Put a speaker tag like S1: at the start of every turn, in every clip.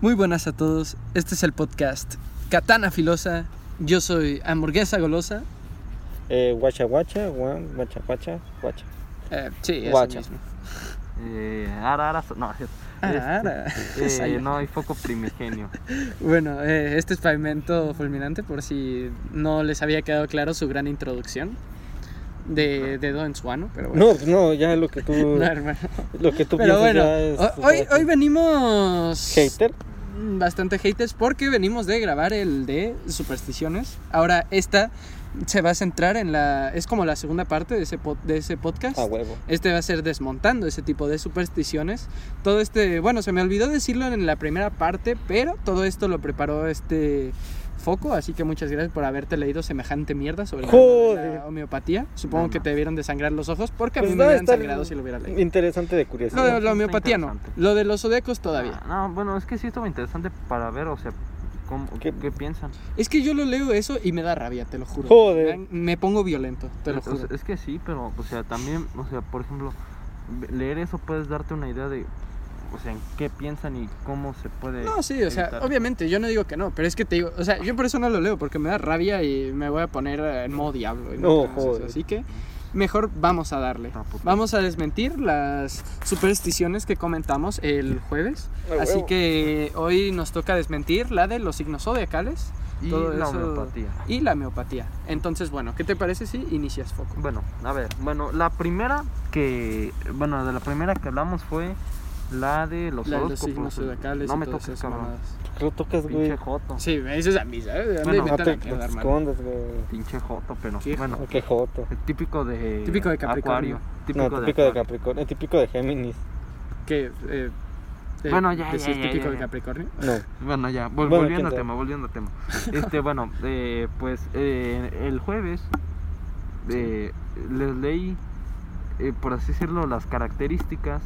S1: Muy buenas a todos. Este es el podcast Katana Filosa. Yo soy Hamburguesa Golosa.
S2: Eh, guacha guacha, guan, guacha guacha, guacha.
S1: Eh, sí, es
S2: Guacha.
S1: mismo.
S3: Eh, ara, ara, so- no, es-
S1: Ah, ahora.
S3: eh,
S1: Ay,
S3: no hay foco primigenio.
S1: Bueno, eh, este es Pavimento Fulminante, por si no les había quedado claro su gran introducción de dedo en suano, pero bueno.
S2: No, no, ya lo que tú,
S1: No, hermano.
S2: lo que tú
S1: Pero
S2: piensas
S1: bueno,
S2: ya es
S1: ho- hoy, hoy venimos
S2: hater.
S1: bastante haters porque venimos de grabar el de supersticiones. Ahora esta se va a centrar en la... es como la segunda parte de ese, po- de ese podcast.
S2: A huevo.
S1: Este va a ser desmontando ese tipo de supersticiones. Todo este, bueno, se me olvidó decirlo en la primera parte, pero todo esto lo preparó este foco, así que muchas gracias por haberte leído semejante mierda sobre el tema de la
S2: Joder.
S1: homeopatía. Supongo
S3: No,
S1: que
S3: no.
S1: te debieron desangrar los ojos porque a
S2: Pues
S1: mí me
S2: no,
S1: hubieran
S2: está
S1: sangrado si lo hubiera leído.
S2: Interesante de
S1: Lo de
S2: curiosidad.
S3: no,
S1: la
S3: está
S1: homeopatía no,
S3: interesante.
S1: lo de los odecos todavía.
S3: Ah, No, bueno, es que sí estuvo interesante para ver, o sea, cómo,
S2: ¿Qué-
S3: ¿Qué? piensan.
S1: Es que yo lo leo eso y me da rabia, te lo juro.
S2: Joder.
S1: Me- Me pongo violento, te lo
S3: O sea,
S1: juro.
S3: es que sí, pero, o sea, también, o sea, por ejemplo, ve- leer eso puedes darte una idea de, o sea, en qué piensan y cómo se puede.
S1: No, sí, o sea,
S3: evitar.
S1: obviamente, yo no digo que no, pero es que te digo, o sea, yo por eso no lo leo, porque me da rabia y me voy a poner eh, en modo diablo. y
S2: No,
S1: muchas cosas,
S2: joder.
S1: Así que mejor vamos a darle.
S3: Ah, puto.
S1: Vamos a desmentir las supersticiones que comentamos el jueves.
S2: Ah, huevo.
S1: Así que hoy nos toca desmentir la de los signos zodiacales
S3: Y
S1: todo
S3: la
S1: eso-
S3: homeopatía.
S1: y la miopatía. Entonces, bueno, ¿qué te parece si inicias foco?
S3: Bueno, a ver, bueno, la primera que, bueno, de la primera que hablamos fue la de los
S1: La de los
S3: horóscopos.
S1: signos zodiacales
S3: No
S1: y
S3: me
S1: todas
S3: toques,
S1: esas
S3: cabrón.
S1: mamadas.
S2: Lo tocas, güey.
S3: Pinche joto.
S1: Sí, me dices a mí, ¿sabes? Anda,
S3: Bueno,
S2: No
S3: pues,
S1: inventa
S2: te,
S1: la
S2: no te
S1: mierda, hermano.
S2: escondas, güey.
S3: Pinche joto, pero
S1: Qué
S3: bueno.
S2: No, Qué joto.
S3: El típico de.
S1: Típico de Capricornio.
S3: Acuario. Típico,
S2: no, típico de
S3: Acuario.
S2: Capricornio, eh, típico de Géminis.
S1: que eh, eh,
S3: Bueno, ya, ya,
S1: decís
S3: ya,
S1: típico
S3: ya,
S1: de
S3: ya.
S1: Capricornio.
S2: No.
S3: Bueno, ya,
S2: Bueno,
S3: vol-
S2: quién
S3: volviendo al
S2: sabe.
S3: tema, volviendo al tema. Este, bueno, eh, pues eh, el jueves eh, les leí, eh, por así decirlo, las características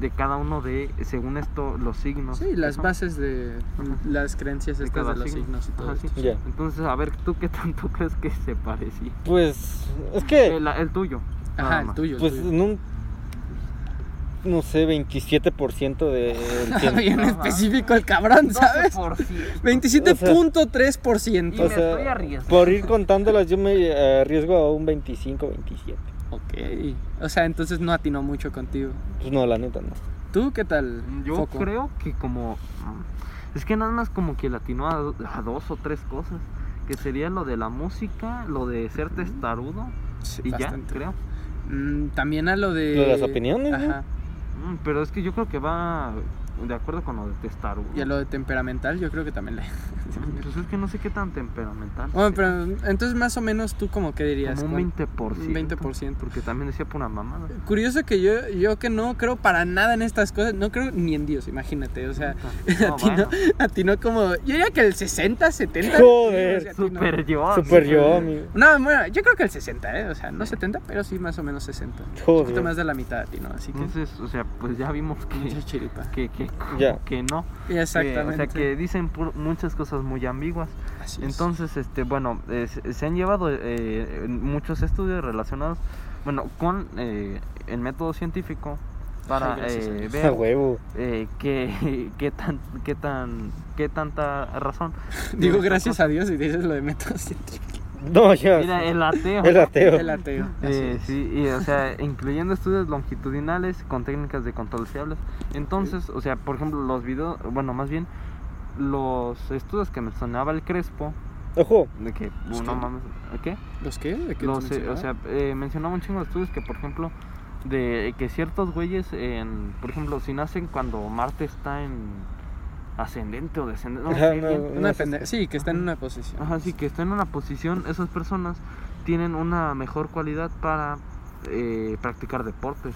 S3: de cada uno de, según esto, los signos.
S1: Sí,
S3: que
S1: las
S3: son.
S1: bases de
S3: Ajá.
S1: las creencias
S3: De
S1: estas
S3: cada
S1: de los
S3: signo.
S1: signos y todo.
S3: Ajá, sí.
S1: esto.
S2: Ya.
S3: Entonces, a ver, ¿tú qué tanto crees que se parecía?
S2: Pues es que
S3: El, el tuyo. nada
S1: Ajá, el
S3: más.
S1: tuyo. el
S2: pues
S1: tuyo.
S2: en un no sé, 27% del tiempo.
S1: Bien
S3: Ajá.
S1: específico el cabrón, ¿sabes?
S3: 12%.
S1: 27.3%.
S3: Y me estoy arriesgando.
S2: por ir contándolas yo me arriesgo a un 25, 27.
S1: Ok. O sea, entonces no atinó mucho contigo.
S2: Pues no, la neta no.
S1: ¿Tú qué tal?
S3: Yo
S1: Foco?
S3: creo que como... mm, Es que nada más como que latinó a, do- a dos o tres cosas. Que sería lo de la música, lo de ser testarudo
S1: Sí,
S3: y
S1: bastante.
S3: ya, creo.
S1: Mm, también a lo de.
S2: Lo de las opiniones, ¿no?
S1: Ajá.
S3: Mm, Pero es que yo creo que va de acuerdo con lo de testarudo.
S1: Y a lo de temperamental, yo creo que también le.
S3: Mm, Pues es que no sé qué tan temperamental.
S1: Bueno,
S3: sea.
S1: pero entonces más o menos tú como que dirías.
S3: Como
S1: ¿cuál?
S3: un 20%.
S1: Un 20%.
S3: Porque también decía pura mamada.
S1: Curioso que yo, yo que no creo para nada en estas cosas, no creo ni en Dios, imagínate, o sea,
S3: No,
S1: a ti no-
S3: bueno,
S1: atinó como, yo diría que el 60, 70.
S2: Joder,
S1: o sea, atinó.
S3: Super yo.
S2: Super
S3: amigo.
S2: yo, amigo.
S1: No, bueno, yo creo que el 60, ¿eh? O sea, no 70, pero sí más o menos 60. Un poquito más
S2: Joder.
S1: de la mitad atinó, así que...
S3: Entonces, o sea, pues ya vimos que...
S1: mucha chiripa.
S3: Que, que,
S2: Ya.
S3: que no. Que,
S1: Exactamente.
S3: o sea, que dicen pur- muchas cosas muy ambiguas.
S1: Así es.
S3: Entonces, este, bueno, eh, se se han llevado eh, en muchos estudios relacionados, bueno, con eh, el método científico para
S1: Ay, gracias a
S3: eh,
S1: Dios.
S2: A
S3: ver
S2: huevo.
S3: eh, qué, qué tan, qué tan, qué tanta razón.
S1: Digo gracias a Dios y dices lo de método científico.
S2: No, ya.
S3: Mira, el ateo.
S2: el ateo.
S1: El ateo. así
S3: Eh,
S1: es.
S3: sí, y, o sea, incluyendo estudios longitudinales con técnicas de control fiables. Entonces, o sea, por ejemplo, los videos, bueno, más bien los estudios que mencionaba el Crespo,
S2: Ojo,
S3: de que,
S1: Pues
S3: no
S1: que-
S3: mames, ¿qué?
S1: ¿Los qué? ¿De qué
S3: Los,
S1: te
S3: eh, o
S1: mencionaba?
S3: sea, eh, mencionaba un chingo de estudios que, por ejemplo, de que ciertos güeyes, en, por ejemplo, si nacen cuando Marte está en ascendente o descendente, no
S2: Ajá,
S3: sé
S2: Ah, no,
S3: bien,
S1: Una pende- Sí, que está en una posición.
S3: Ajá, sí, que está en una posición, esas personas tienen una mejor cualidad para eh, practicar deportes.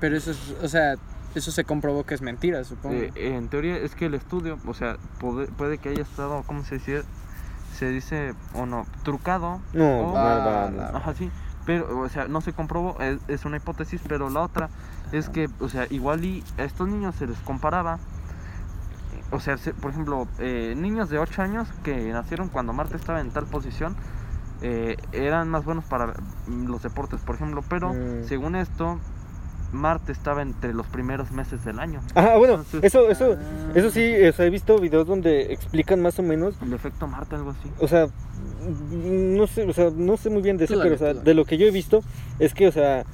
S1: Pero eso es, o sea, eso se comprobó que es mentira,
S2: Oh.
S1: supongo.
S3: Eh, en teoría es que el estudio, o sea, puede, puede que haya estado, ¿cómo se dice? Se dice, o no, trucado.
S2: no,
S3: o-
S2: mal
S1: Ah,
S2: vamos.
S1: la-
S3: Ajá, sí. Pero, o sea, no se comprobó, es, es una hipótesis, pero la otra es que, o sea, igual y a estos niños se les comparaba, o sea, se- por ejemplo, eh, niños de 8 años que nacieron cuando Marte estaba en tal posición, eh, eran más buenos para mm, los deportes, por ejemplo, pero
S2: Mm.
S3: según esto, Marte estaba entre los primeros meses del año.
S2: Ah, bueno,
S3: Entonces-
S2: eso, eso,
S1: Ah.
S2: eso sí, o sea, he visto videos donde explican más o menos,
S3: El efecto Marte, algo así.
S2: o sea, no sé, o sea, no sé muy bien de eso,
S1: Tú dale,
S2: pero o sea,
S1: tú dale.
S2: de lo que yo he visto es que, o sea,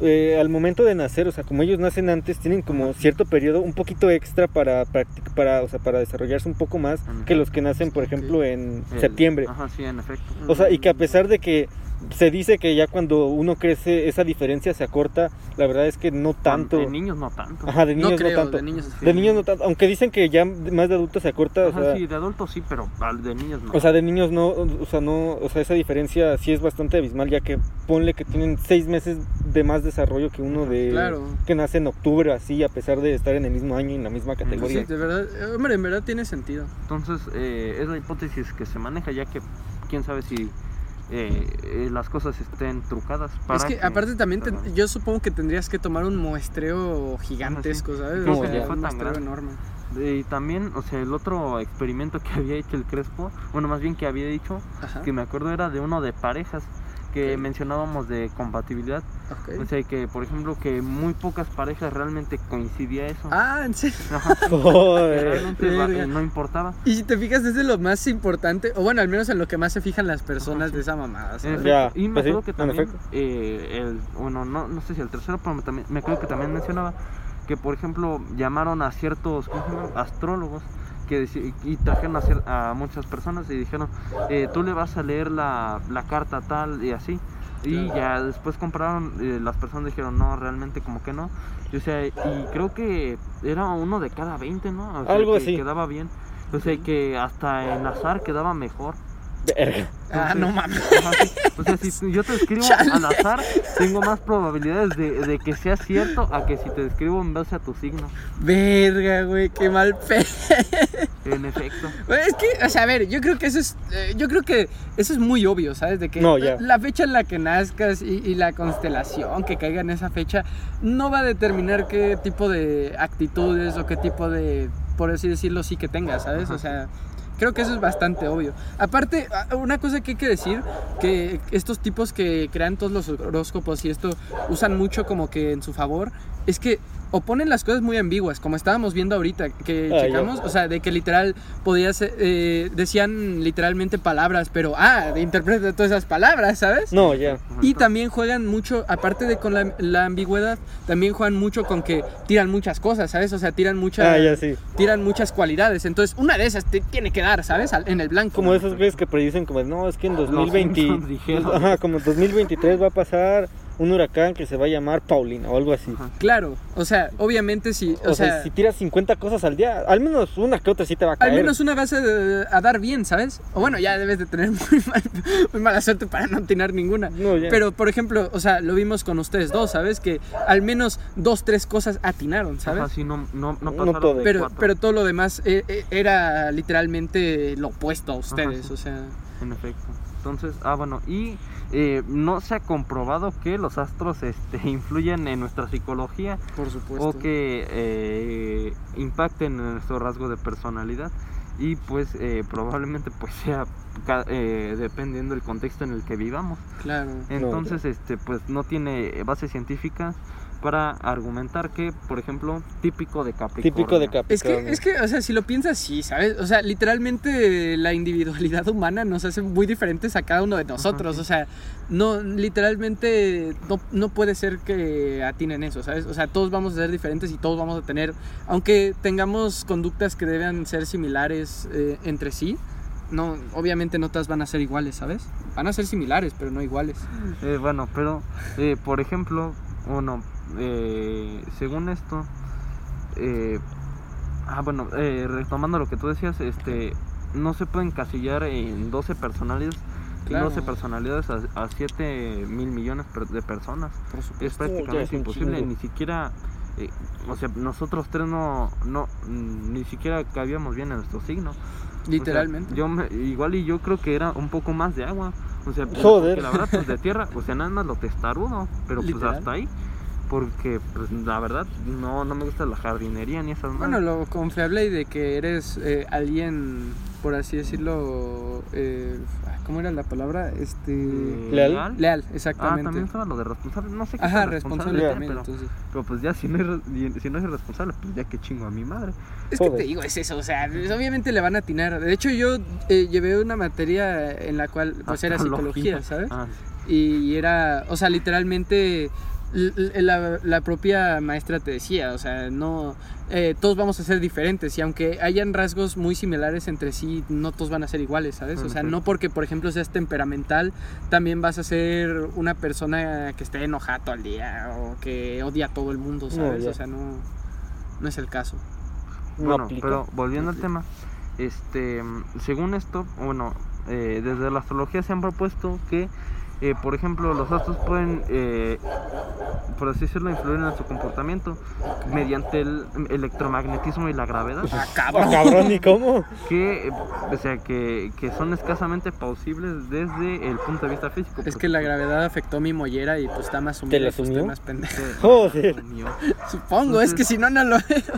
S2: eh, al momento de nacer, o sea, como ellos nacen antes, tienen como cierto periodo un poquito extra para, practic- para, o sea, para desarrollarse un poco más
S3: Ajá.
S2: que los que nacen, por
S1: Ok.
S2: ejemplo, en
S3: El-
S2: septiembre.
S3: Ajá, sí, en efecto.
S2: O sea, y que a pesar de que se dice que ya cuando uno crece esa diferencia se acorta, la verdad es que no tanto.
S3: En niños no tanto.
S2: Ajá, de
S1: No
S2: niños no,
S1: creo,
S2: tanto.
S1: de niños es
S2: De niños no tanto, aunque dicen que ya más de adultos se acorta,
S3: Ajá,
S2: o, sea,
S3: sí, de adultos sí, pero al de niños no.
S2: o sea, de niños no, o sea, no, o sea, esa diferencia sí es bastante abismal, ya que ponle que tienen seis meses de más desarrollo que uno de
S1: Claro.
S2: que nace en octubre, así, a pesar de estar en el mismo año y en la misma
S1: Pues sí,
S2: categoría.
S1: de verdad, eh, hombre, en verdad tiene sentido.
S3: Entonces, eh, es la hipótesis que se maneja, ya que quién sabe si eh, eh, las cosas estén trucadas. Para
S1: es que, aparte también, te-
S3: Perdón.
S1: yo supongo que tendrías que tomar un muestreo gigantesco, ¿sabes?
S2: Creo
S1: O
S2: que
S1: sea,
S2: fue
S1: un
S3: tan
S1: muestreo
S3: grande.
S1: enorme.
S3: Eh, Y también, o sea, el otro experimento que había hecho el Crespo, bueno, más bien que había dicho,
S1: Ajá.
S3: que me acuerdo era de uno de parejas que
S1: Ah. Ok.
S3: mencionábamos de compatibilidad.
S1: ok.
S3: O sea, que por ejemplo, que muy pocas parejas realmente coincidía eso.
S1: Ah, en serio.
S3: Ajá, que
S2: Joder.
S3: realmente va-
S1: Verga.
S3: eh, no importaba.
S1: Y si te fijas, es de lo más importante, o bueno, al menos en lo que más se fijan las personas de esa mamada.
S3: En
S1: ¿sabes?
S2: Ya,
S3: efecto. y me
S2: pues sí,
S3: acuerdo que
S2: en
S3: también,
S2: efecto.
S3: eh, el, bueno, no, no sé si el tercero, pero me, también- me acuerdo que también mencionaba que, por ejemplo, llamaron a ciertos ¿cómo se llama? astrólogos que deci- y trajeron a, cier- a muchas personas y dijeron, eh, tú le vas a leer la, la carta tal y así. Y
S1: Claro.
S3: ya después compraron, eh, las personas dijeron, no, realmente como que no. Y, o sea, y creo que era uno de cada 20, ¿no? O sea,
S2: Algo
S3: que
S2: así.
S3: Quedaba bien. O sea, que hasta el azar quedaba mejor.
S2: Verga.
S1: Ah, no mames.
S3: Ajá, sí. O sea, si tú- yo te escribo
S1: Chale.
S3: al azar, tengo más probabilidades de, de que sea cierto a que si te escribo en base a tu signo.
S1: Verga, güey, qué mal pe.
S3: En efecto.
S1: Bueno, es que, o sea, a ver, yo creo que eso es, eh, yo creo que eso es muy obvio, ¿sabes? De que
S2: No, ya.
S1: la fecha en la que nazcas y, y la constelación que caiga en esa fecha no va a determinar qué tipo de actitudes o qué tipo de, por así decirlo, sí que tengas, ¿sabes? O
S3: Ajá.
S1: sea, creo que eso es bastante obvio. Aparte, a- una cosa que hay que decir, que estos tipos que crean todos los horóscopos y esto usan mucho como que en su favor, es que o ponen las cosas muy ambiguas, como estábamos viendo ahorita, que
S2: Ah, ya.
S1: checamos, o sea, de que literal podías, eh, decían literalmente palabras, pero, ah, interpreta todas esas palabras, ¿sabes?
S2: No, ya.
S1: Y también juegan mucho, aparte de con la, la ambigüedad, también juegan mucho con que tiran muchas cosas, ¿sabes? O sea, tiran muchas,
S2: Ah, ya sí.
S1: tiran muchas cualidades. Entonces, una de esas te tiene que dar, ¿sabes? Al- en el blanco.
S2: Como esos güeyes que predicen como, no, es que en
S3: Simpsons
S2: 2020,
S3: dijeron.
S2: ajá, como en 2023 va a pasar un huracán que se va a llamar Paulina o algo así.
S3: Ajá.
S1: Claro, o sea, obviamente sí,
S2: O, sea, si tiras 50 cosas al día, al menos una que otra sí te va a caer.
S1: Al menos una base de- a dar bien, ¿sabes? O bueno, ya debes de tener muy, mal- muy mala suerte para no atinar ninguna.
S2: No, ya.
S1: Pero, por ejemplo, o sea, lo vimos con ustedes dos, ¿sabes? Que al menos dos, tres cosas atinaron, ¿sabes?
S3: Ajá, sí, no, no, no
S2: No
S3: pasaron
S2: todo.
S3: de
S1: pero,
S3: cuatro,
S1: pero todo lo demás eh, eh, era literalmente lo opuesto a ustedes,
S3: sí.
S1: o sea...
S3: En efecto. Entonces, ah, bueno, y eh, no se ha comprobado que los astros este, influyen en nuestra psicología
S1: Por supuesto.
S3: o que eh, impacten en nuestro rasgo de personalidad y pues eh, probablemente pues sea ca- eh, dependiendo del contexto en el que vivamos
S1: Claro.
S3: entonces este pues no tiene base científica para argumentar que por ejemplo típico de Capricornio
S2: típico de
S1: Es
S2: Capricornio.
S1: que, es que, o sea, si lo piensas, sí, ¿sabes? O sea, literalmente la individualidad humana nos hace muy diferentes a cada uno de nosotros.
S3: sí.
S1: O sea, no, literalmente no, no puede ser que atinen eso, ¿sabes? O sea, todos vamos a ser diferentes y todos vamos a tener, aunque tengamos conductas que deben ser similares eh, entre sí. No, obviamente no todas van a ser iguales, ¿sabes? Van a ser similares, pero no iguales.
S3: Eh, bueno pero eh, por ejemplo bueno eh, según esto eh, ah bueno eh, retomando lo que tú decías este no se puede encasillar en 12 personalidades
S1: Claro.
S3: 12 personalidades a, a 7 mil millones per- de personas
S1: Por
S3: es
S1: supuesto.
S3: prácticamente
S2: ya es un
S3: imposible,
S2: chingo.
S3: ni siquiera, eh, o sea, nosotros tres no, no, mm, ni siquiera cabíamos bien en nuestro signo. O sea,
S1: Literalmente.
S3: yo me- igual y yo creo que era un poco más de agua, o sea, porque
S2: Joder.
S3: la verdad, pues de tierra, o sea, nada más lo testarudo, pero pues
S1: Literal.
S3: hasta ahí, porque pues la verdad no, no me gusta la jardinería ni esas
S1: Bueno,
S3: manos.
S1: lo confiable y de que eres eh, alguien, por así decirlo, eh, ay, ¿cómo era la palabra? Este...
S2: ¿Leal?
S1: Leal,
S3: Eh, Mm. Ah,
S1: exactamente.
S3: también estaba lo de responsable. No sé qué
S1: Ajá,
S3: tan
S1: responsable
S3: sea,
S1: también,
S3: pero,
S1: entonces.
S3: pero pues ya, si no, es, re- si no es irresponsable, pues ya que chingo a mi madre.
S1: Es que
S2: Joder.
S1: te digo, es eso, o sea, pues, obviamente le van a atinar. De hecho, yo eh, llevé una materia en la cual, pues era psicología,
S3: Astrología.
S1: ¿sabes?
S3: Ah,
S1: Y era, o sea, literalmente l- l- la, la propia maestra te decía, o sea, no, eh, todos vamos a ser diferentes y aunque hayan rasgos muy similares entre sí, no todos van a ser iguales, ¿sabes? O sea,
S3: Ujú.
S1: no porque, por ejemplo, seas temperamental, también vas a ser una persona que esté enojada todo el día o que odia a todo el mundo,
S2: No,
S1: ¿sabes?
S2: ya.
S1: o sea, no, no es el caso.
S2: No
S3: bueno,
S2: aplica.
S3: pero volviendo al
S1: aplica.
S3: tema, este, mm, según esto, bueno, eh, desde la astrología se han propuesto que, eh, por ejemplo, los astros pueden, eh, por así decirlo, influir en su comportamiento mediante el electromagnetismo y la gravedad,
S1: Ah,
S2: Ah,
S1: cabrón.
S2: cabrón, ¿y cómo?
S3: que, eh, o sea, que, que son escasamente plausibles desde el punto de vista físico.
S1: Es
S3: por
S1: que la
S3: supuesto.
S1: gravedad afectó mi mollera y pues está más
S2: ¿Te
S1: sumida. y,
S2: la
S1: pues,
S2: sumió?
S1: está más pendeja.
S3: Entonces,
S2: Joder.
S3: mío.
S1: Supongo, es que si no, no lo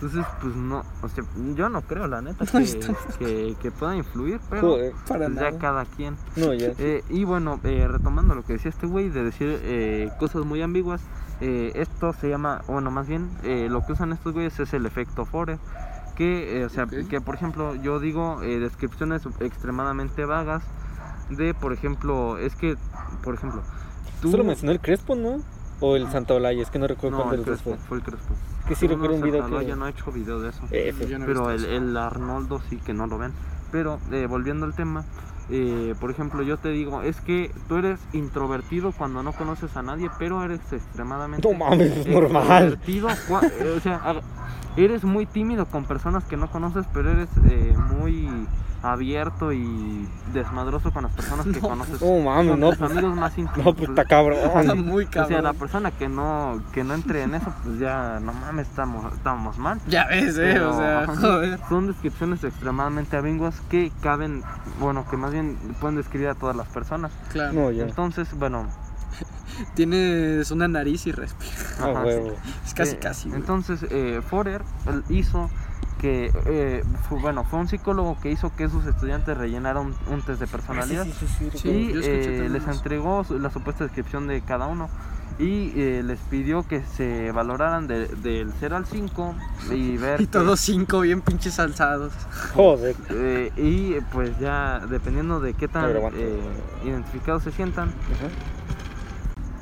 S3: Entonces, pues no, o sea, yo no creo, la neta,
S1: No
S3: que,
S1: está-
S3: que, que pueda influir, pero
S2: Joder.
S1: Para
S3: pues, ya
S1: nada.
S3: cada quien.
S2: No, ya.
S3: Eh, y bueno, eh, retomando lo que decía este güey de decir eh, cosas muy ambiguas, eh, esto se llama, bueno, más bien eh, lo que usan estos güeyes es el efecto Fore. Que, eh, o sea,
S1: Ok.
S3: que por ejemplo, yo digo eh, descripciones extremadamente vagas de, por ejemplo, es que, por ejemplo, tú.
S2: Solo mencionó el Crespo, ¿no? O el Santa Olaya, es que no recuerdo
S3: no,
S2: cuál de
S3: el
S2: los dos
S3: Crespo,
S2: fue.
S3: fue el Crespo.
S2: Que sí
S3: No,
S2: recuerdo un
S3: no,
S2: video
S3: Santaloya
S2: que.
S3: no ha hecho video de eso.
S2: F.
S1: Yo no he
S3: Pero el,
S1: visto
S3: el Arnoldo sí que no lo ven. Pero eh, volviendo al tema, eh, por ejemplo, yo te digo, es que tú eres introvertido cuando no conoces a nadie, pero eres extremadamente
S2: No mames, es normal.
S3: extrovertido cua- eh, o sea, a- eres muy tímido con personas que no conoces, pero eres eh, muy abierto y desmadroso con las personas que conoces.
S2: No mames,
S3: Son
S2: no,
S3: tus
S2: pues,
S3: amigos más íntimos.
S2: no, pues está
S1: Está
S2: cabrón.
S1: muy
S3: o sea, la
S1: cabrón.
S3: persona que no que no entre en eso, pues ya, no mames, estamos, estamos mal.
S1: Ya ves, eh,
S3: Pero,
S1: o sea,
S3: ajá,
S1: joder.
S3: Son descripciones extremadamente ambiguas que caben, bueno, que más bien pueden describir a todas las personas.
S1: Claro.
S2: No, ya.
S3: Entonces, bueno,
S1: Tienes una nariz y respira.
S2: A
S3: ajá,
S2: Ah, huevo.
S1: Es casi,
S3: eh,
S1: casi. güey.
S3: Entonces, eh, Forer él hizo que, eh, fue- bueno, fue un psicólogo que hizo que sus estudiantes rellenaran un test de personalidad
S1: Ah, Sí,
S3: y
S1: yo escuché
S3: eh,
S1: también
S3: les
S1: eso.
S3: entregó su- la supuesta descripción de cada uno y eh, les pidió que se valoraran de- del 0 al 5 y ver
S1: Y todos cinco bien pinches alzados.
S2: Joder.
S3: Eh, y eh, pues ya dependiendo de qué
S2: A
S3: tan
S2: ver, aguanta.
S3: eh, identificados se sientan,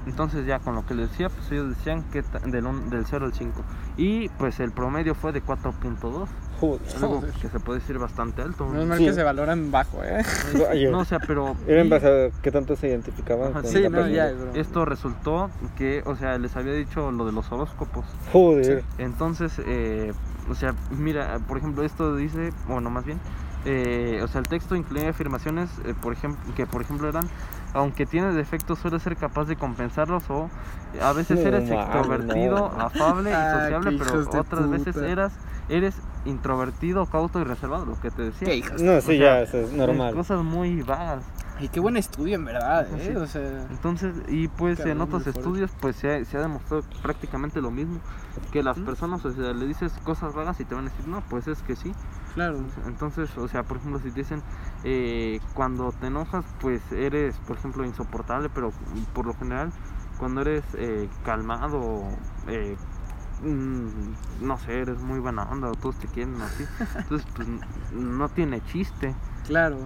S3: entonces ya con lo que les decía, pues ellos decían que ta- del, un- del 0 al 5. Y pues el promedio fue de 4.2,
S2: Joder.
S3: algo
S1: Joder.
S3: que se puede decir bastante alto.
S1: Menos mal
S2: Sí.
S1: que se valoran bajo, ¿eh?
S2: Vaya.
S3: No, o sea, pero...
S2: Era en
S3: y
S2: base a qué tanto se identificaban
S3: Ajá,
S2: con
S1: Sí,
S2: la
S1: no, ya.
S2: persona.
S1: es broma.
S3: Esto resultó que, o sea, les había dicho lo de los horóscopos.
S2: Joder.
S3: Entonces, eh, o sea, mira, por ejemplo, esto dice, bueno, más bien, eh, o sea, el texto incluye afirmaciones, eh, por ejemplo, que por ejemplo eran, aunque tienes defectos, suele ser capaz de compensarlos o eh, a veces
S2: No
S3: eres
S2: mames,
S3: extrovertido,
S2: no.
S3: afable y
S1: Ah,
S3: sociable,
S1: qué
S3: pero
S1: hijos de
S3: otras veces
S1: puta.
S3: eras, eres introvertido, cauto y reservado, lo que te decía.
S1: Qué hijos.
S2: No, sí,
S3: O sea,
S2: ya, eso es normal.
S3: Cosas muy vagas.
S1: Y qué buen estudio, en verdad,
S3: Ajá,
S1: ¿eh?
S3: sí.
S1: O sea,
S3: Entonces, y pues en
S1: Cabrón,
S3: otros
S1: muy fuerte.
S3: estudios pues se ha, se ha demostrado prácticamente lo mismo, que las personas, o sea, le dices cosas vagas y te van a decir, no, pues es que sí.
S1: claro.
S3: Entonces, o sea, por ejemplo, si te dicen, eh, cuando te enojas, pues eres, por ejemplo, insoportable, pero por lo general, cuando eres eh, calmado, eh, mm, no sé, eres muy buena onda, o todos te quieren así, entonces, pues n- no tiene chiste.
S1: Claro.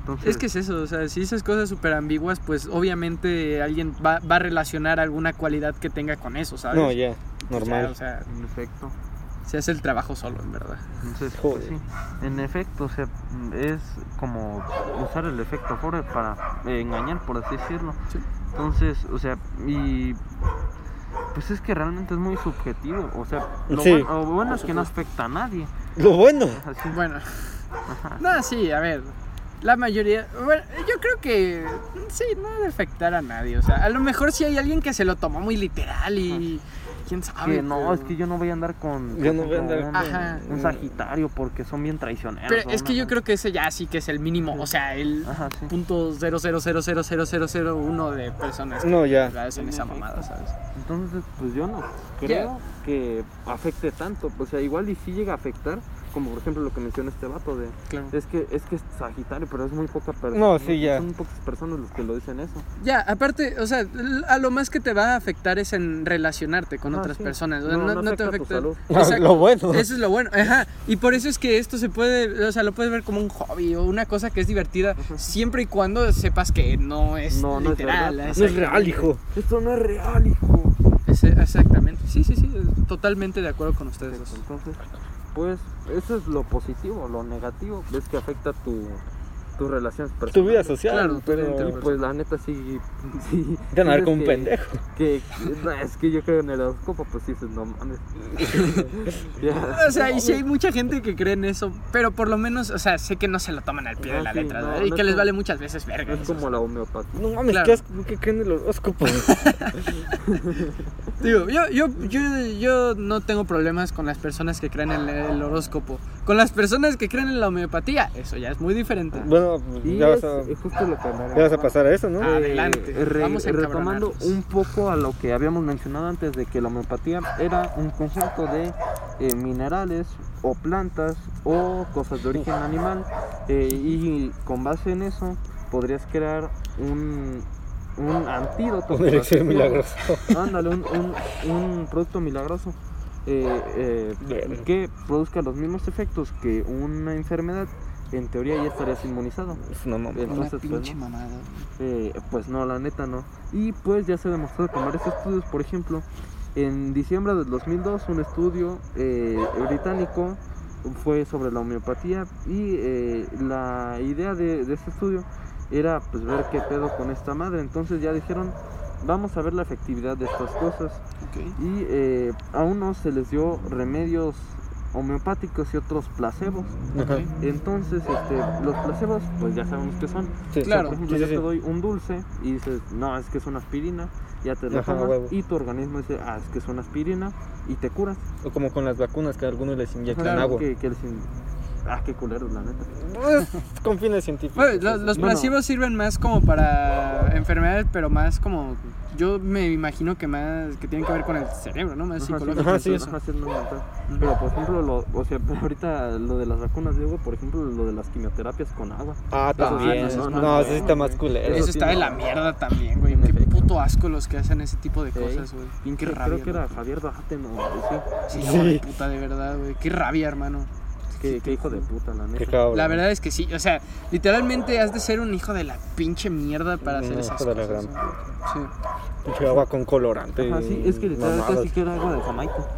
S3: Entonces,
S1: Es que es eso, o sea, si esas cosas súper ambiguas, pues obviamente alguien va, va a relacionar alguna cualidad que tenga con eso, ¿sabes?
S2: No, ya,
S1: O sea,
S2: normal.
S1: O sea,
S3: en efecto.
S1: se hace el trabajo solo, en verdad.
S3: Entonces, pues,
S2: Joder.
S3: sí, en efecto, o sea, mm, es como usar el efecto Forer para eh, engañar, por así decirlo.
S1: Sí.
S3: Entonces, o sea, y pues es que realmente es muy subjetivo, o sea, lo,
S2: Sí.
S3: buen- lo bueno es que no afecta a nadie.
S2: Lo bueno.
S3: Así,
S1: Bueno,
S3: ajá.
S1: no, sí, a ver. La mayoría, bueno, yo creo que sí, no ha de afectar a nadie. O sea, a lo mejor sí hay alguien que se lo tomó muy literal y quién sabe.
S3: Que no,
S1: pero-
S3: es que yo no voy a andar con por
S2: Yo no voy a andar Mm.
S3: ejemplo, un-
S1: Ajá.
S3: un Sagitario porque son Ah. bien traicioneros.
S1: Pero
S3: o
S1: es que
S3: una
S1: yo creo que ese ya sí que es el mínimo. O sea, el
S3: cosa- Ajá, sí.
S1: punto de personas que
S2: No, ya.
S1: hacen esa mamada, ¿sabes?
S3: pues, Entonces, pues yo no creo que afecte tanto. O sea, igual y sí llega a afectar, como por ejemplo lo que menciona este vato de
S1: claro.
S3: es que es que es Sagitario, pero es muy poca persona.
S2: No, sí, ya.
S3: Son pocas personas los que lo dicen eso.
S1: Ya, aparte, o sea, l- a lo más que te va a afectar es en relacionarte con
S3: Ah,
S1: otras
S3: sí.
S1: personas. o sea, No, no te
S3: afecta tu
S1: afecta.
S3: salud.
S1: Exacto.
S2: Lo bueno.
S1: Eso es lo bueno, ajá. Y por eso es que esto se puede, o sea, lo puedes ver como un hobby o una cosa que es divertida
S3: Ujú.
S1: siempre y cuando sepas que no es
S3: No, no es
S1: literal.
S3: verdad.
S2: No es real, hijo.
S3: Esto no es real, hijo.
S1: Es- exactamente. Sí, sí, sí, totalmente de acuerdo con ustedes dos.
S3: Entonces, pues eso es lo positivo, lo negativo es que afecta tu tus relaciones personales.
S2: Tu vida social.
S1: Claro,
S3: Y
S2: pero...
S1: totalmente.
S3: pues la neta sí, sí
S2: Te van a ver
S3: tienes
S2: como un
S3: que-
S2: pendejo.
S3: que, no, es que yo creo en el horóscopo, pues sí, pues, no mames. Ya.
S1: O sea, y sí hay mucha gente que cree en eso, pero por lo menos, o sea, sé que no se lo toman al pie de
S3: No,
S1: la
S3: sí,
S1: letra
S3: no,
S1: ¿verdad?
S3: no
S1: y
S3: es
S1: que les
S3: como-
S1: vale muchas veces verga.
S3: Es
S1: eso.
S3: como la homeopatía.
S2: No mames,
S1: Claro. Ah.
S2: ¿qué, asco, ¿qué creen del horóscopo?
S1: Digo, yo, yo, yo, yo no tengo problemas con las personas que creen en el, el horóscopo. Con las personas que creen en la homeopatía, eso ya es muy diferente.
S2: bueno,
S3: Y
S2: ya vas,
S3: es,
S2: a,
S3: es justo lo que hablaba.
S2: ya vas a pasar a eso, ¿no?
S1: Ah. Adelante, vamos a
S3: Eh, retomando
S1: encabronarnos.
S3: un poco a lo que habíamos mencionado antes de que la homeopatía era un conjunto de eh, minerales o plantas o cosas de origen animal eh, y con base en eso podrías crear un, un antídoto.
S2: Un elixir
S3: por así decirlo.
S2: milagroso.
S3: Ándale, un, un- un producto milagroso eh, eh,
S2: Verga.
S3: que produzca los mismos efectos que una enfermedad, en teoría ya estarías inmunizado.
S2: Es una mamada.
S3: Entonces,
S1: Una
S3: pues,
S1: pinche
S3: ¿no?
S1: mamada.
S3: Eh, pues no, la neta no. Y pues ya se ha demostrado con varios estudios, por ejemplo, en diciembre del 2002 un estudio eh, británico fue sobre la homeopatía y eh, la idea de, de este estudio era pues ver qué pedo con esta madre. Entonces ya dijeron, vamos a ver la efectividad de estas cosas
S1: Ok.
S3: y eh, a unos se les dio remedios homeopáticos y otros placebos.
S2: Ajá.
S3: Entonces, este, los placebos, pues ya sabemos qué son.
S2: Sí,
S1: Claro. pues
S3: Por
S2: sí, sí,
S3: ejemplo, yo
S2: sí.
S3: te doy un dulce y dices, no, es que es una aspirina, ya te lo
S2: Ajá,
S3: tomas
S2: huevo.
S3: y tu organismo dice, ah, es que es una aspirina y te curas.
S2: O como con las vacunas que a algunos les inyectan
S1: Claro,
S2: agua.
S3: Que, que les in- Ah, qué culeros, la neta.
S2: Pues, Con fines científicos.
S1: Bueno, los, los
S3: Bueno.
S1: placebos sirven más como para enfermedades, pero más como. Yo me imagino que más. que tienen que ver con el cerebro, ¿no? Más
S3: Ajá, sí,
S1: psicológico.
S2: ajá,
S1: y
S2: sí,
S1: todo
S2: eso.
S3: Ajá, sí, es más mental.
S1: Ujú.
S3: Pero, por ejemplo, lo, o sea, ahorita lo de las vacunas, digo, por ejemplo, lo de las quimioterapias con agua.
S2: Ah,
S1: no,
S2: también.
S1: no,
S2: No,
S1: no,
S3: no,
S2: eso sí está más culero.
S1: Eso
S3: Eso
S1: está
S3: sí,
S1: de
S3: no.
S1: la mierda también, güey.
S3: En
S1: Qué
S3: efecto.
S1: puto asco los que hacen ese tipo de
S3: Ey,
S1: cosas, güey.
S3: Pinche,
S1: Qué rabia.
S3: creo que era Javier Bajate, no, sí.
S1: Sí,
S2: Sí.
S1: hijo de puta, de verdad, güey. Qué rabia, hermano.
S3: Qué, qué hijo de puta, la
S2: Qué
S3: neta.
S2: cabrón.
S1: La verdad es que sí. O sea, literalmente has de ser un hijo de la pinche mierda para
S2: Un
S1: hacer
S2: hijo
S1: esas
S2: de la
S1: cosas.
S2: gran
S1: güey. Sí.
S2: Pinche agua con colorante.
S3: Ajá, sí, es que literal
S2: mamadas.
S3: casi que era agua de Jamaica.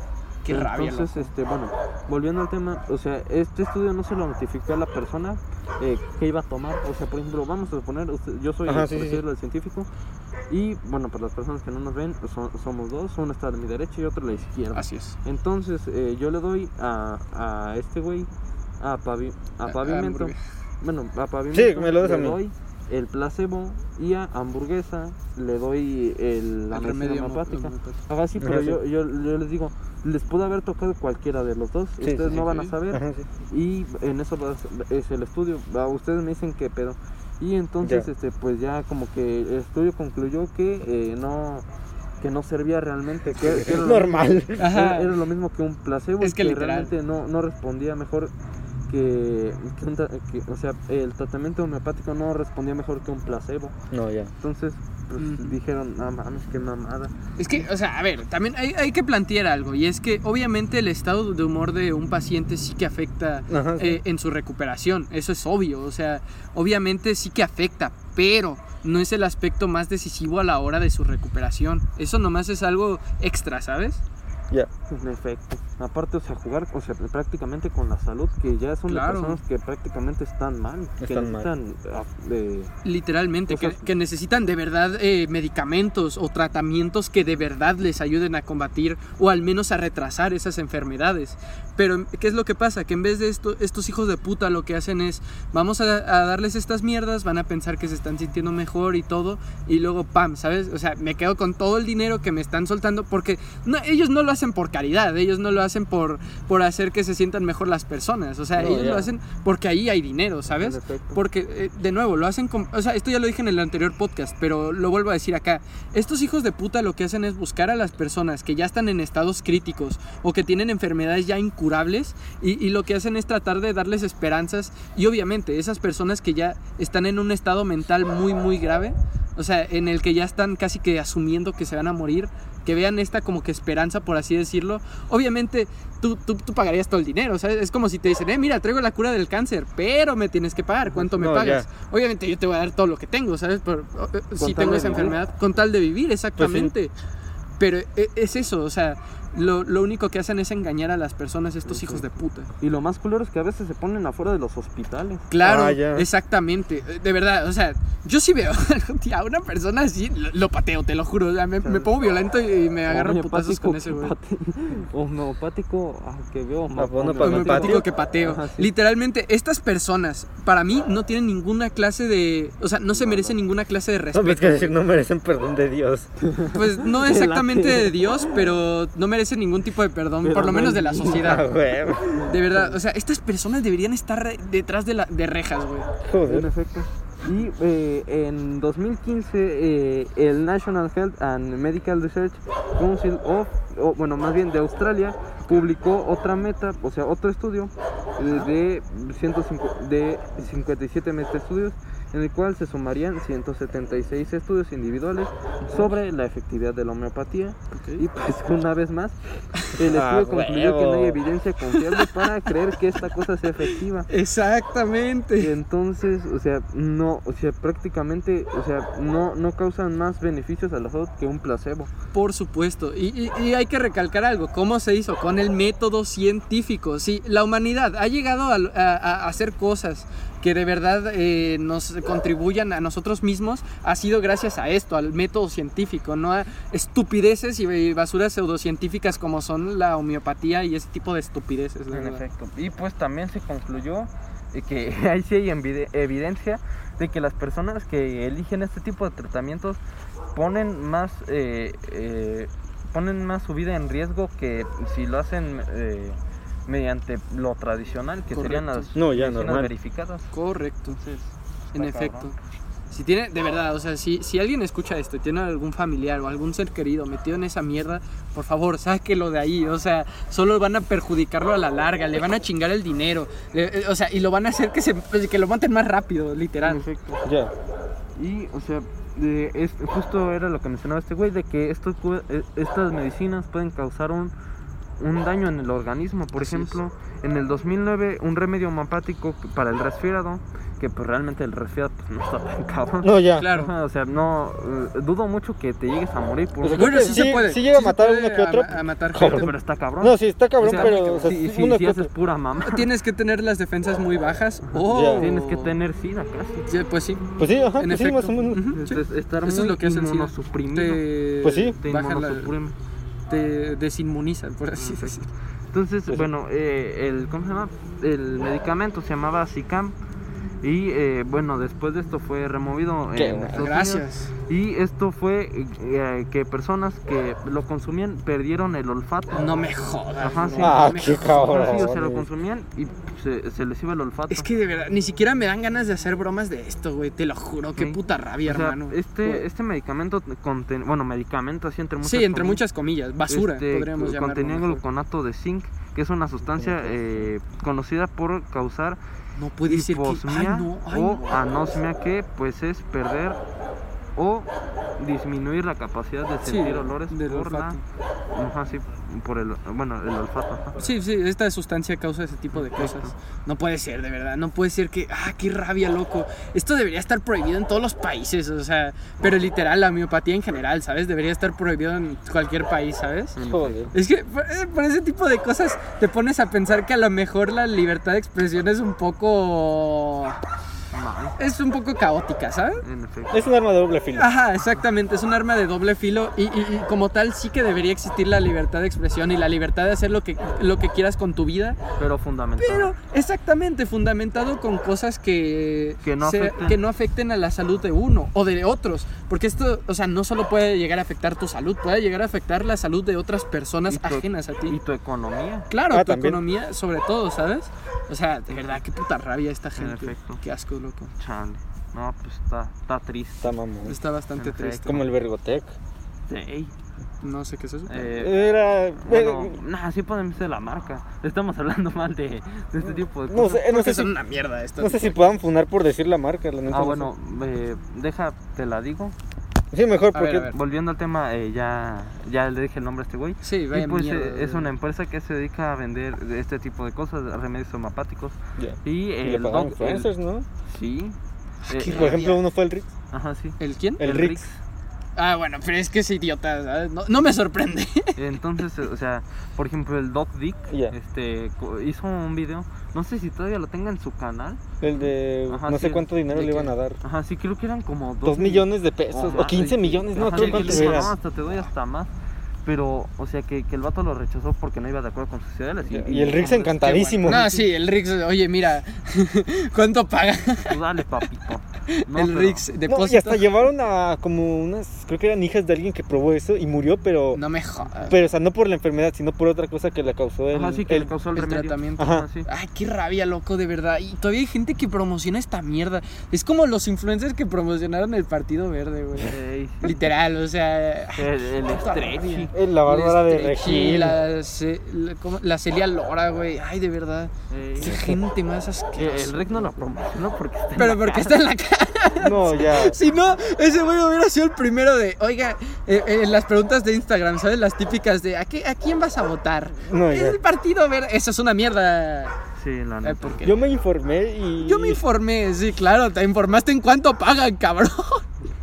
S1: Qué rabia,
S3: Entonces,
S1: loco.
S3: este, bueno, volviendo al tema, o sea, este estudio no se lo notificó a la persona eh, que iba a tomar. O sea, por ejemplo, vamos a suponer, usted- yo soy
S2: Ajá,
S3: por
S2: sí, sí,
S3: decirlo, el científico. Y bueno, para las personas que no nos ven, so- somos dos, uno está a mi derecha y otro a la izquierda.
S1: Así es.
S3: Entonces, eh, yo le doy a, a este güey, a, pavi- a pavimento.
S1: hamburguesa.
S3: Bueno, a pavimento
S2: Sí, me lo das
S3: le
S2: a mí.
S3: doy el placebo y a hamburguesa le doy el, la
S1: El
S3: medicina
S1: remedio
S3: homeopática.
S1: homeopático.
S3: Ajá, sí, pero
S2: Ajá, sí.
S3: Yo, yo, yo les digo, les pudo haber tocado cualquiera de los dos,
S2: Sí,
S3: ustedes
S2: sí,
S3: no
S1: sí.
S3: van a
S1: Ok.
S3: saber
S2: Ajá, sí.
S3: y en eso va- es el estudio, va, ustedes me dicen qué pedo. Y entonces,
S2: Ya.
S3: este pues ya como que el estudio concluyó que eh, no que no servía realmente, que, que era, lo,
S2: Normal.
S1: Ajá.
S3: era- era lo mismo que un placebo,
S1: Es que literal.
S3: realmente no, no respondía mejor que, que un tra- que- o sea, el tratamiento homeopático no respondía mejor que un placebo.
S2: No, ya.
S3: Entonces, pues
S1: Ujú.
S3: dijeron, no mames, qué mamada.
S1: Es que, o sea, a ver, también hay, hay que plantear algo, y es que obviamente el estado de humor de un paciente sí que afecta
S2: Ajá. sí.
S1: eh, en su recuperación, eso es obvio, o sea, obviamente sí que afecta, pero no es el aspecto más decisivo a la hora de su recuperación, eso nomás es algo extra, ¿sabes?
S2: Ya.
S3: pues, En efecto. Aparte, o sea, jugar, o sea, prácticamente con la salud, que ya son de
S1: Claro.
S3: personas que prácticamente están mal, que
S2: Están mal.
S3: necesitan ah, de-
S1: Literalmente, que,
S3: Cosas-
S1: que necesitan de verdad eh, medicamentos o tratamientos que de verdad les ayuden a combatir o al menos a retrasar esas enfermedades. Pero, ¿qué es lo que pasa? Que en vez de esto, estos hijos de puta lo que hacen es, vamos a, a darles estas mierdas, van a pensar que se están sintiendo mejor y todo, y luego, pam, ¿sabes? O sea, me quedo con todo el dinero que me están soltando porque no, ellos no lo hacen por caridad, ellos no lo hacen por, por hacer que se sientan mejor las personas. O sea,
S2: No,
S1: ellos
S2: ya.
S1: lo hacen porque ahí hay dinero,
S2: En
S1: ¿sabes?
S2: efecto.
S1: Porque, eh, de nuevo, lo hacen con... O sea, esto ya lo dije en el anterior podcast, pero lo vuelvo a decir acá. Estos hijos de puta lo que hacen es buscar a las personas que ya están en estados críticos o que tienen enfermedades ya incurables y, y lo que hacen es tratar de darles esperanzas y obviamente esas personas que ya están en un estado mental muy, muy grave, o sea, en el que ya están casi que asumiendo que se van a morir, que vean esta como que esperanza, por así decirlo. Obviamente, tú, tú, tú pagarías todo el dinero, ¿sabes? Es como si te dicen, eh, mira, traigo la cura del cáncer, pero me tienes que pagar, ¿cuánto me
S2: No,
S1: pagas? Obviamente yo te voy a dar todo lo que tengo, ¿sabes? Por- o- o- si
S3: tal
S1: tengo
S3: de
S1: esa
S3: vivir. Pues
S1: enfermedad, con tal de vivir, exactamente. Pero e- es eso, o sea, lo, lo único que hacen es engañar a las personas,
S3: Pues
S1: estos hijos de puta.
S3: Y lo más culero es que a veces se ponen afuera de los hospitales.
S1: Claro,
S2: Ah, ya.
S1: exactamente. Eh, De verdad, o sea, yo sí veo algún día a una persona así, lo, lo pateo, te lo juro. O sea, me, me pongo violento y me agarro
S3: Homeopático
S1: putazos con ese
S3: que
S1: güey.
S3: pate- Homeopático ah, que veo.
S2: Ah, bueno, para el
S1: Homeopático
S2: patio.
S1: que pateo.
S3: Ajá, sí.
S1: Literalmente, estas personas, para mí, no tienen ninguna clase de. O sea, no se
S3: No,
S1: merecen ninguna clase de
S2: No,
S1: respeto.
S2: pues que decir, no merecen perdón de Dios.
S1: Pues no exactamente de Dios, pero no merece ningún tipo de perdón,
S3: Pero
S1: por lo menos de la
S2: Ah,
S1: sociedad.
S2: güey.
S1: De verdad, o sea, estas personas deberían estar re- detrás de, la, de rejas, güey.
S3: En
S2: Joder.
S3: efecto. Y eh, en 2015 eh, el National Health and Medical Research Council of, o, bueno, más bien de Australia, publicó otra meta, o sea, otro estudio eh, de, 150 de 57 metaestudios, en el cual se sumarían 176 estudios individuales sobre la efectividad de la homeopatía. Y pues una vez más, el estudio
S2: Ah,
S3: concluyó que no hay
S2: huevo.
S3: evidencia confiable para creer que esta cosa sea efectiva. Y
S1: Exactamente.
S3: Entonces, o sea, no, o sea, prácticamente, o sea, no, no causan más beneficios a la salud que un placebo.
S1: Por supuesto. Y, y- y hay que recalcar algo. ¿Cómo se hizo? Con el método científico. Si la humanidad ha llegado a, a- a hacer cosas que de verdad eh, nos contribuyan a nosotros mismos, ha sido gracias a esto, al método científico, no a estupideces y- y basuras pseudocientíficas como son la homeopatía y ese tipo de estupideces. la verdad.
S3: efecto. Y pues también se concluyó eh, que ahí sí hay envide- evidencia de que las personas que eligen este tipo de tratamientos ponen más, eh, eh, ponen más su vida en riesgo que si lo hacen eh, mediante lo tradicional, que serían
S1: Correcto.
S3: las
S2: No, ya,
S3: medicinas
S2: normal.
S3: verificadas.
S1: Correcto.
S3: Entonces,
S1: En
S3: está
S1: efecto.
S3: cabrón.
S1: Si tiene, de verdad, o sea, si, si alguien escucha esto y tiene algún familiar o algún ser querido metido en esa mierda, por favor, sáquelo de ahí. O sea, solo van a perjudicarlo a la larga, le van a chingar el dinero. le- eh, o sea, y lo van a hacer que, se, pues, que lo maten más rápido,
S3: En
S1: literal.
S3: efecto.
S2: Ya.
S3: Y, o sea, de- es- justo era lo que mencionaba este güey, de que estos, cu- eh, estas medicinas pueden causar un, un daño en el organismo. Por
S1: Así es.
S3: ejemplo, en el 2009, un remedio homeopático para el resfriado, que pues realmente el resfriado pues, no está tan cabrón.
S2: No, ya.
S1: Claro.
S3: Ajá, O sea, no, eh, dudo mucho que te llegues a morir por
S2: Pues,
S3: un-
S2: creo que sí- sí llega a
S1: se
S2: matar a
S1: puede
S2: uno que otro.
S1: A, a matar
S2: Joder.
S1: gente.
S3: pero está cabrón.
S2: No, sí, está cabrón,
S3: O sea,
S2: pero. O sea,
S3: si, si-
S2: uno
S3: si
S2: que
S3: haces
S2: otro.
S3: pura mamá,
S1: Tienes que tener las defensas muy bajas. o
S3: tienes que tener sida casi.
S1: Sí, Pues sí.
S2: Pues sí, ajá,
S1: En
S2: pues sí,
S1: efecto.
S2: más o menos.
S1: Ujú, sí.
S3: Entonces, Este, estar
S1: Eso es
S3: muy
S1: lo que hace el SIDA.
S3: inmunosuprimido.
S1: Te,
S2: Pues sí.
S3: Te
S1: baja la-
S3: inmunosuprime.
S1: te desinmunizan, por así
S3: Perfecto.
S1: decirlo.
S3: Entonces,
S2: Pues sí.
S3: bueno, eh, el, ¿cómo se llama? El medicamento se llamaba Zicam. Y eh, bueno, después de esto fue removido.
S2: Qué
S3: en
S2: bueno.
S3: Estados Unidos.
S1: Gracias.
S3: Y esto fue eh, que personas que lo consumían perdieron el olfato.
S1: No me jodas.
S3: Ajá,
S1: bro,
S3: sí.
S2: Ah,
S1: no me
S2: qué
S1: jodas.
S2: cabrón.
S3: Sí, o sea, lo consumían y se, se les iba el olfato.
S1: Es que de verdad, ni siquiera me dan ganas de hacer bromas de esto, güey. Te lo juro, qué
S3: Sí.
S1: puta rabia,
S3: O sea,
S1: hermano. pues
S3: este, este medicamento, conten- bueno, medicamento así entre muchas
S1: sí, entre
S3: comillas,
S1: muchas comillas, basura,
S3: este,
S1: podríamos
S3: co-
S1: llamarlo.
S3: Contenía
S1: mejor.
S3: gluconato de zinc, que es una sustancia eh, conocida por causar
S1: No puede ser que. Ay,
S3: hiposmia
S1: no, ay,
S3: pues o ah,
S1: no.
S3: anosmia que pues es perder o disminuir la capacidad de
S1: Sí,
S3: sentir olores
S1: del
S3: por la-
S1: olfato.
S3: ajá, sí, por el bueno el olfato ajá.
S1: Sí, sí, esta sustancia causa ese tipo de cosas. No puede ser, de verdad. No puede ser que. ¡Ah, qué rabia, loco! Esto debería estar prohibido en todos los países, o sea. Pero literal, la homeopatía en general, ¿sabes? Debería estar prohibido en cualquier país, ¿sabes?
S2: Joder.
S1: Es que por, eh, por ese tipo de cosas te pones a pensar que a lo mejor la libertad de expresión es un poco
S3: mames,
S1: es un poco caótica, ¿sabes?
S3: en efecto.
S2: Es un arma de doble filo.
S1: Ajá, exactamente, es un arma de doble filo y, y- y como tal sí que debería existir la libertad de expresión y la libertad de hacer lo que, lo que quieras con tu vida,
S3: Pero fundamental.
S1: pero exactamente fundamentado con cosas que,
S3: Que no afecten.
S1: que no afecten a la salud de uno o de otros, porque esto, o sea, no solo puede llegar a afectar tu salud, puede llegar a afectar la salud de otras personas
S3: Y tu-
S1: ajenas a
S3: Y
S1: ti.
S3: tu economía.
S1: Claro,
S2: Ah,
S1: tu
S2: también.
S1: economía sobre todo, ¿sabes? O sea, de verdad, qué puta rabia esta
S3: En
S1: gente.
S3: efecto.
S1: Qué asco, loco.
S3: Chale. No, pues está, está triste.
S2: Está mamón.
S1: Está bastante
S3: En efecto.
S1: triste.
S2: Como el Vergotec.
S3: Ey,
S1: No sé qué es eso.
S3: eh,
S2: Era.
S3: bueno,
S2: eh,
S3: nah, sí podemos ser la marca. Estamos hablando mal de, de este tipo de cosas.
S2: no sé, no
S1: Porque
S2: sé
S1: son
S2: si,
S1: una mierda estas
S2: no sé si puedan funar por decir la marca. la neta,
S3: Ah,
S2: no
S3: bueno, eh, deja, te la digo.
S2: sé. Sí, mejor
S1: A ver,
S2: porque.
S1: a ver.
S3: Volviendo al tema, eh, ya, ya le dije el nombre a este güey.
S1: Sí,
S3: Y
S1: vaya
S3: pues
S1: mierda,
S3: eh, es
S1: güey.
S3: una empresa que se dedica a vender de este tipo de cosas, remedios homeopáticos.
S2: ya.
S3: Y,
S2: Y
S3: eh,
S2: le
S3: el
S2: pagaron
S3: doc-
S2: influencers, ¿no?
S3: el- sí.
S1: qué
S3: Eh,
S2: Por
S1: rabia.
S2: ejemplo, uno fue el Rick.
S3: ajá, sí.
S1: ¿El quién?
S2: El Rix.
S1: Ah, bueno, pero es que es idiota, ¿sabes? No, no me sorprende.
S3: Entonces, eh, o sea, por ejemplo, el Doc Dick
S2: Ya.
S3: este, co- hizo un video, no sé si todavía lo tenga en su canal.
S2: El de.
S3: Ajá,
S2: no
S3: sí,
S2: sé cuánto dinero
S1: ¿de
S2: le iban
S1: qué?
S2: a dar.
S3: Ajá, sí, creo que eran como
S2: Dos
S3: mil-
S2: millones de pesos.
S3: más,
S2: o 15
S3: sí.
S2: millones, no me
S3: Ajá,
S2: acuerdo
S3: sí,
S2: cuánto
S3: que le dijo,
S2: era.
S3: No, hasta te doy hasta más. Pero, o sea, que, que el vato lo rechazó porque no iba de acuerdo con sus ideales. "Pues,
S2: Y el Rix encantadísimo.
S1: No, sí, el Rix, oye, mira, ¿cuánto paga
S3: Tú dale, papito. No,
S1: el
S3: pero-
S1: Rix?
S2: No, y
S1: ¿Depósito?
S2: hasta llevaron a como unas, creo que eran hijas de alguien que probó eso y murió, pero,
S1: No me jodas.
S2: pero o sea, no por la enfermedad, sino por otra cosa que la causó el,
S3: Ajá, sí, que
S2: el-
S3: le causó el,
S1: el
S3: remedio.
S1: tratamiento.
S3: Ajá,
S2: Ajá.
S3: sí.
S1: Ay, qué rabia, loco, de verdad. Y todavía hay gente que promociona esta mierda. Es como los influencers que promocionaron el Partido Verde, güey.
S3: Ey, sí.
S1: Literal, o sea...
S3: El, el
S1: puta
S3: stretchy.
S1: rabia.
S2: el- la Bárbara de
S3: Este,
S1: el Stretchy,
S2: Regil.
S1: La, Ce- la- ¿cómo? La Celia Lora, güey. Ay, de verdad.
S3: Ey.
S1: Qué gente más
S3: Eh,
S1: asquerosa.
S3: el Rick no lo promocionó porque está en
S1: Pero
S3: la
S1: porque
S3: cara.
S1: está en la cara.
S2: No, ya.
S1: Si no, ese güey hubiera sido el primero de, oiga, eh, eh, las preguntas de Instagram, ¿sabes? Las típicas de, ¿a, qué- a quién vas a votar?
S2: No, Oh, ya.
S1: El partido verde. Eso es una mierda.
S3: Sí, la
S1: Ay,
S3: neta.
S1: ¿por qué?
S2: Yo me informé y.
S1: Yo me informé, sí, claro, te informaste en cuánto pagan, cabrón.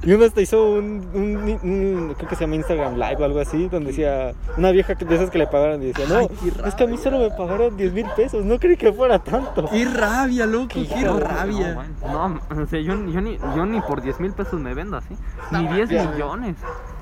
S2: Y uno hasta hizo un, un- un- Creo que se llama Instagram Live o algo así, donde decía. Una vieja que- de esas que le pagaron y decía, no,
S1: Ay, qué
S2: es que a mí solo me pagaron 10 mil pesos, no creí que fuera tanto.
S1: Qué rabia, loco, qué,
S2: Qué
S3: No,
S1: rabia.
S3: No, bueno. No, o sea, yo, yo ni, yo ni por 10 mil pesos me vendo así. Ni
S1: No,
S3: 10
S1: ya.
S3: millones.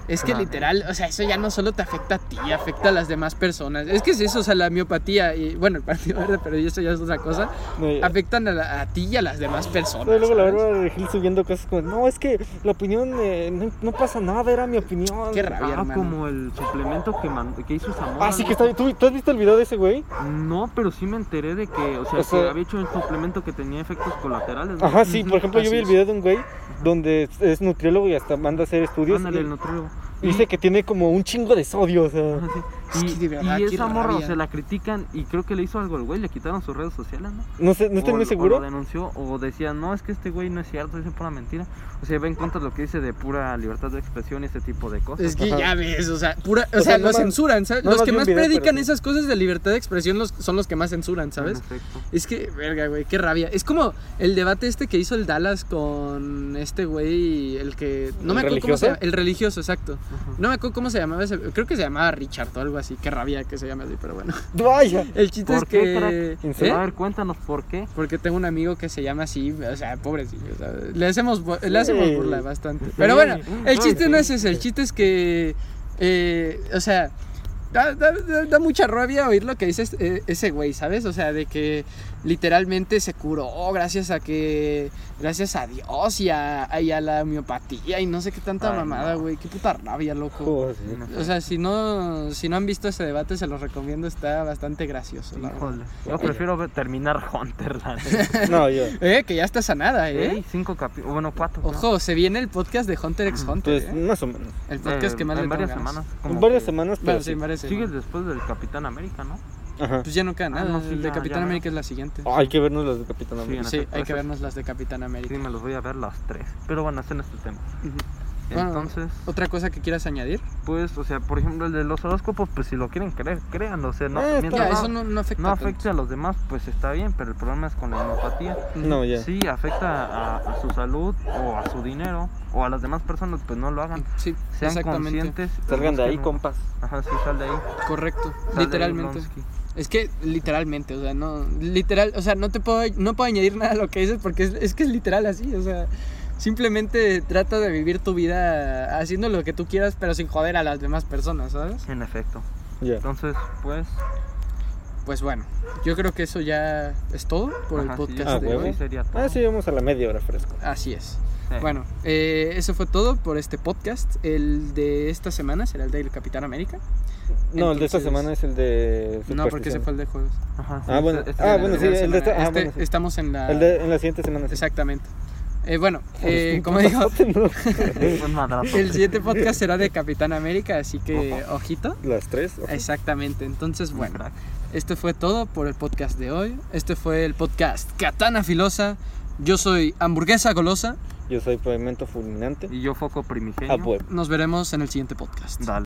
S1: Es que
S3: No.
S1: literal, o sea, eso ya no solo te afecta a ti, afecta a las demás personas. Es que es eso, o sea, la miopatía y, bueno, el partido verde, pero eso ya es otra cosa.
S2: No, ya.
S1: Afectan a, la- a ti y a las demás personas.
S2: No, y luego la
S1: ¿sabes?
S2: Bárbara de Regil subiendo cosas como, no, es que la opinión, eh, no, no pasa nada, era mi opinión.
S1: Qué rabia,
S3: Ah,
S1: hermano.
S3: como el suplemento que, man- que hizo Zamora.
S2: Ah, sí
S3: ¿no?
S2: que está bien. ¿Tú, tú has visto el video de ese güey?
S3: No, pero sí me enteré de que, o sea,
S2: O sea-
S3: que había hecho un suplemento que tenía efectos colaterales. ¿no?
S2: Ajá, sí.
S1: Ujú,
S2: Por ejemplo, yo
S1: así
S2: vi el
S1: es.
S2: video de un güey donde es- es nutriólogo y hasta manda a hacer estudios.
S3: Ándale,
S2: y-
S3: el nutriólogo.
S2: y dice que tiene como un chingo de sodio, o sea.
S3: Ajá, sí.
S1: Es
S3: Y,
S1: que de verdad,
S3: y
S1: qué
S3: esa morra, o
S1: rabia.
S3: sea, la critican y creo que le hizo algo al güey, le quitaron sus redes sociales, ¿no?
S2: No sé, no
S3: O
S2: estoy
S3: lo-
S2: muy
S3: O
S2: seguro.
S3: lo denunció o decía, no, es que este güey no es cierto, dice pura mentira. O sea, va en contra de lo que dice de pura libertad de expresión y ese tipo de cosas.
S1: Es que
S2: Ajá.
S1: ya ves, o sea, pura, o,
S2: O
S1: sea,
S2: sea,
S1: lo
S2: no más-
S1: censuran, ¿sabes?
S2: no
S1: los
S2: más
S1: que
S2: vi un
S1: más
S2: video, pero
S1: predican
S2: sí.
S1: esas cosas de libertad de expresión los, son los que más censuran, ¿sabes?
S3: En efecto.
S1: Es que, verga, güey, qué rabia. Es como el debate este que hizo el Dallas con este güey, el que... No
S2: ¿El
S1: me acuerdo cómo
S2: religioso?
S1: se llama, el religioso, exacto.
S3: Ajá.
S1: No me acuerdo cómo se llamaba ese, creo que se llamaba Richard o algo así, qué rabia que se llame así, pero bueno.
S2: Vaya.
S1: El chiste es
S3: ¿Por qué,
S1: que...
S2: crack?
S1: ¿Eh?
S3: A ver, cuéntanos por qué.
S1: Porque tengo un amigo que se llama así, o sea, pobrecillo, ¿sabes? Le hacemos, bu- le hacemos
S2: Sí.
S1: burla bastante. Pero bueno, el
S3: Sí,
S1: chiste no es
S3: sí.
S1: ese, el chiste es que, eh, o sea, da, da- da- da mucha rabia oír lo que dice es- eh, ese güey, ¿sabes? O sea, de que literalmente se curó gracias a que, gracias a Dios y a, y a la homeopatía y no sé qué tanta
S3: Ay,
S1: mamada,
S3: no.
S1: güey, qué puta rabia, loco.
S2: Joder.
S1: O sea, si no, si no han visto ese debate, se los recomiendo, está bastante gracioso. la verdad.
S3: Híjole. Yo prefiero ver- terminar Hunter, la neta.
S2: No, yo.
S1: Eh, que ya está sanada, ¿eh?
S3: Ey, cinco capítulos. Bueno, cuatro. creo.
S1: Ojo, se viene el podcast de Hunter x Hunter.
S2: Pues
S1: ¿eh?
S2: más o menos.
S1: El
S3: Eh,
S1: podcast que más le
S3: En varias
S1: tengo ganas.
S3: semanas. como
S2: En varias
S3: que-
S2: semanas, pero.
S1: Bueno, sí,
S2: sí.
S1: varias
S3: Sigues
S1: semanas.
S3: después del Capitán América, ¿no?
S2: Ajá.
S1: Pues ya no queda
S3: Ah,
S1: nada.
S3: no, sí,
S1: el de
S3: ya- Oh,
S1: Capitán
S3: ya no.
S1: América es la siguiente.
S2: Ah, hay que vernos las de Capitán
S3: Sí,
S2: América.
S3: en
S1: Sí,
S3: efecto,
S1: hay que
S3: esas-
S1: vernos las de Capitán
S3: Sí,
S1: América.
S3: me los voy a ver las tres. Pero bueno, hacen este tema.
S1: Ujú. Ah. Bueno.
S3: Entonces,
S1: ¿Otra cosa que quieras añadir?
S3: pues, o sea, por ejemplo, el de los horóscopos, pues si lo quieren creer, créanlo. O sea, no,
S2: Eh,
S3: mientras
S1: Ya,
S3: no-
S1: eso no, no afecta.
S3: no
S1: tanto.
S3: afecte a los demás, pues está bien, pero el problema es con la homeopatía.
S1: Ujú.
S2: No, ya.
S3: Sí, afecta a, a su salud o a su dinero o a las demás personas, pues no lo hagan.
S1: Sí,
S3: Sean
S1: exactamente.
S3: conscientes.
S2: Salgan de ahí,
S3: busquen un-
S2: compas.
S3: Ajá, sí, sal de ahí.
S1: Correcto,
S3: sal de ahí,
S1: literalmente.
S3: Blonsky.
S1: Es que literalmente, o sea, no, literal, o sea, no te puedo, no puedo añadir nada a lo que dices porque es, es que es literal así, o sea, simplemente trata de vivir tu vida haciendo lo que tú quieras, pero sin joder a las demás personas, ¿sabes?
S3: En efecto.
S2: Ya.
S3: Entonces, pues.
S1: Pues bueno, yo creo que eso ya es todo por el
S3: ajá, sí, yo
S1: podcast
S2: Ah,
S3: creo que
S1: de
S2: huevo.
S1: hoy.
S3: sí sería todo.
S2: Ah, sí, vamos a la media hora fresco.
S1: Así es.
S3: Sí.
S1: Bueno, eh, eso fue todo por este podcast. El de esta semana será el del Capitán América.
S2: No, el de esta
S1: Entonces-
S2: semana es el de.
S1: No, porque ese fue el de juegos.
S3: Ajá, sí,
S2: Ah, bueno.
S3: este- este
S2: Ah,
S3: sería
S2: bueno,
S3: el
S2: sí,
S3: de-
S2: el de esta. Ah,
S1: Este-
S2: bueno, sí.
S1: Estamos en la...
S2: El de- en la siguiente semana. sí.
S1: Exactamente. Eh, bueno,
S2: Joder,
S1: eh,
S2: un
S1: como digo,
S2: putazote, ¿no?
S3: Un madrazo.
S1: el siguiente podcast será de Capitán América, así que ojito.
S2: Las tres. ojo.
S1: Exactamente, entonces
S3: Un
S1: bueno,
S3: crack.
S1: esto fue todo por el podcast de hoy. Este fue el podcast Katana Filosa. Yo soy Hamburguesa Golosa.
S2: Yo soy Pavimento Fulminante. Ah, pues.
S3: Y yo foco primigenio.
S2: A huevo.
S1: Nos veremos en el siguiente podcast.
S3: Dale.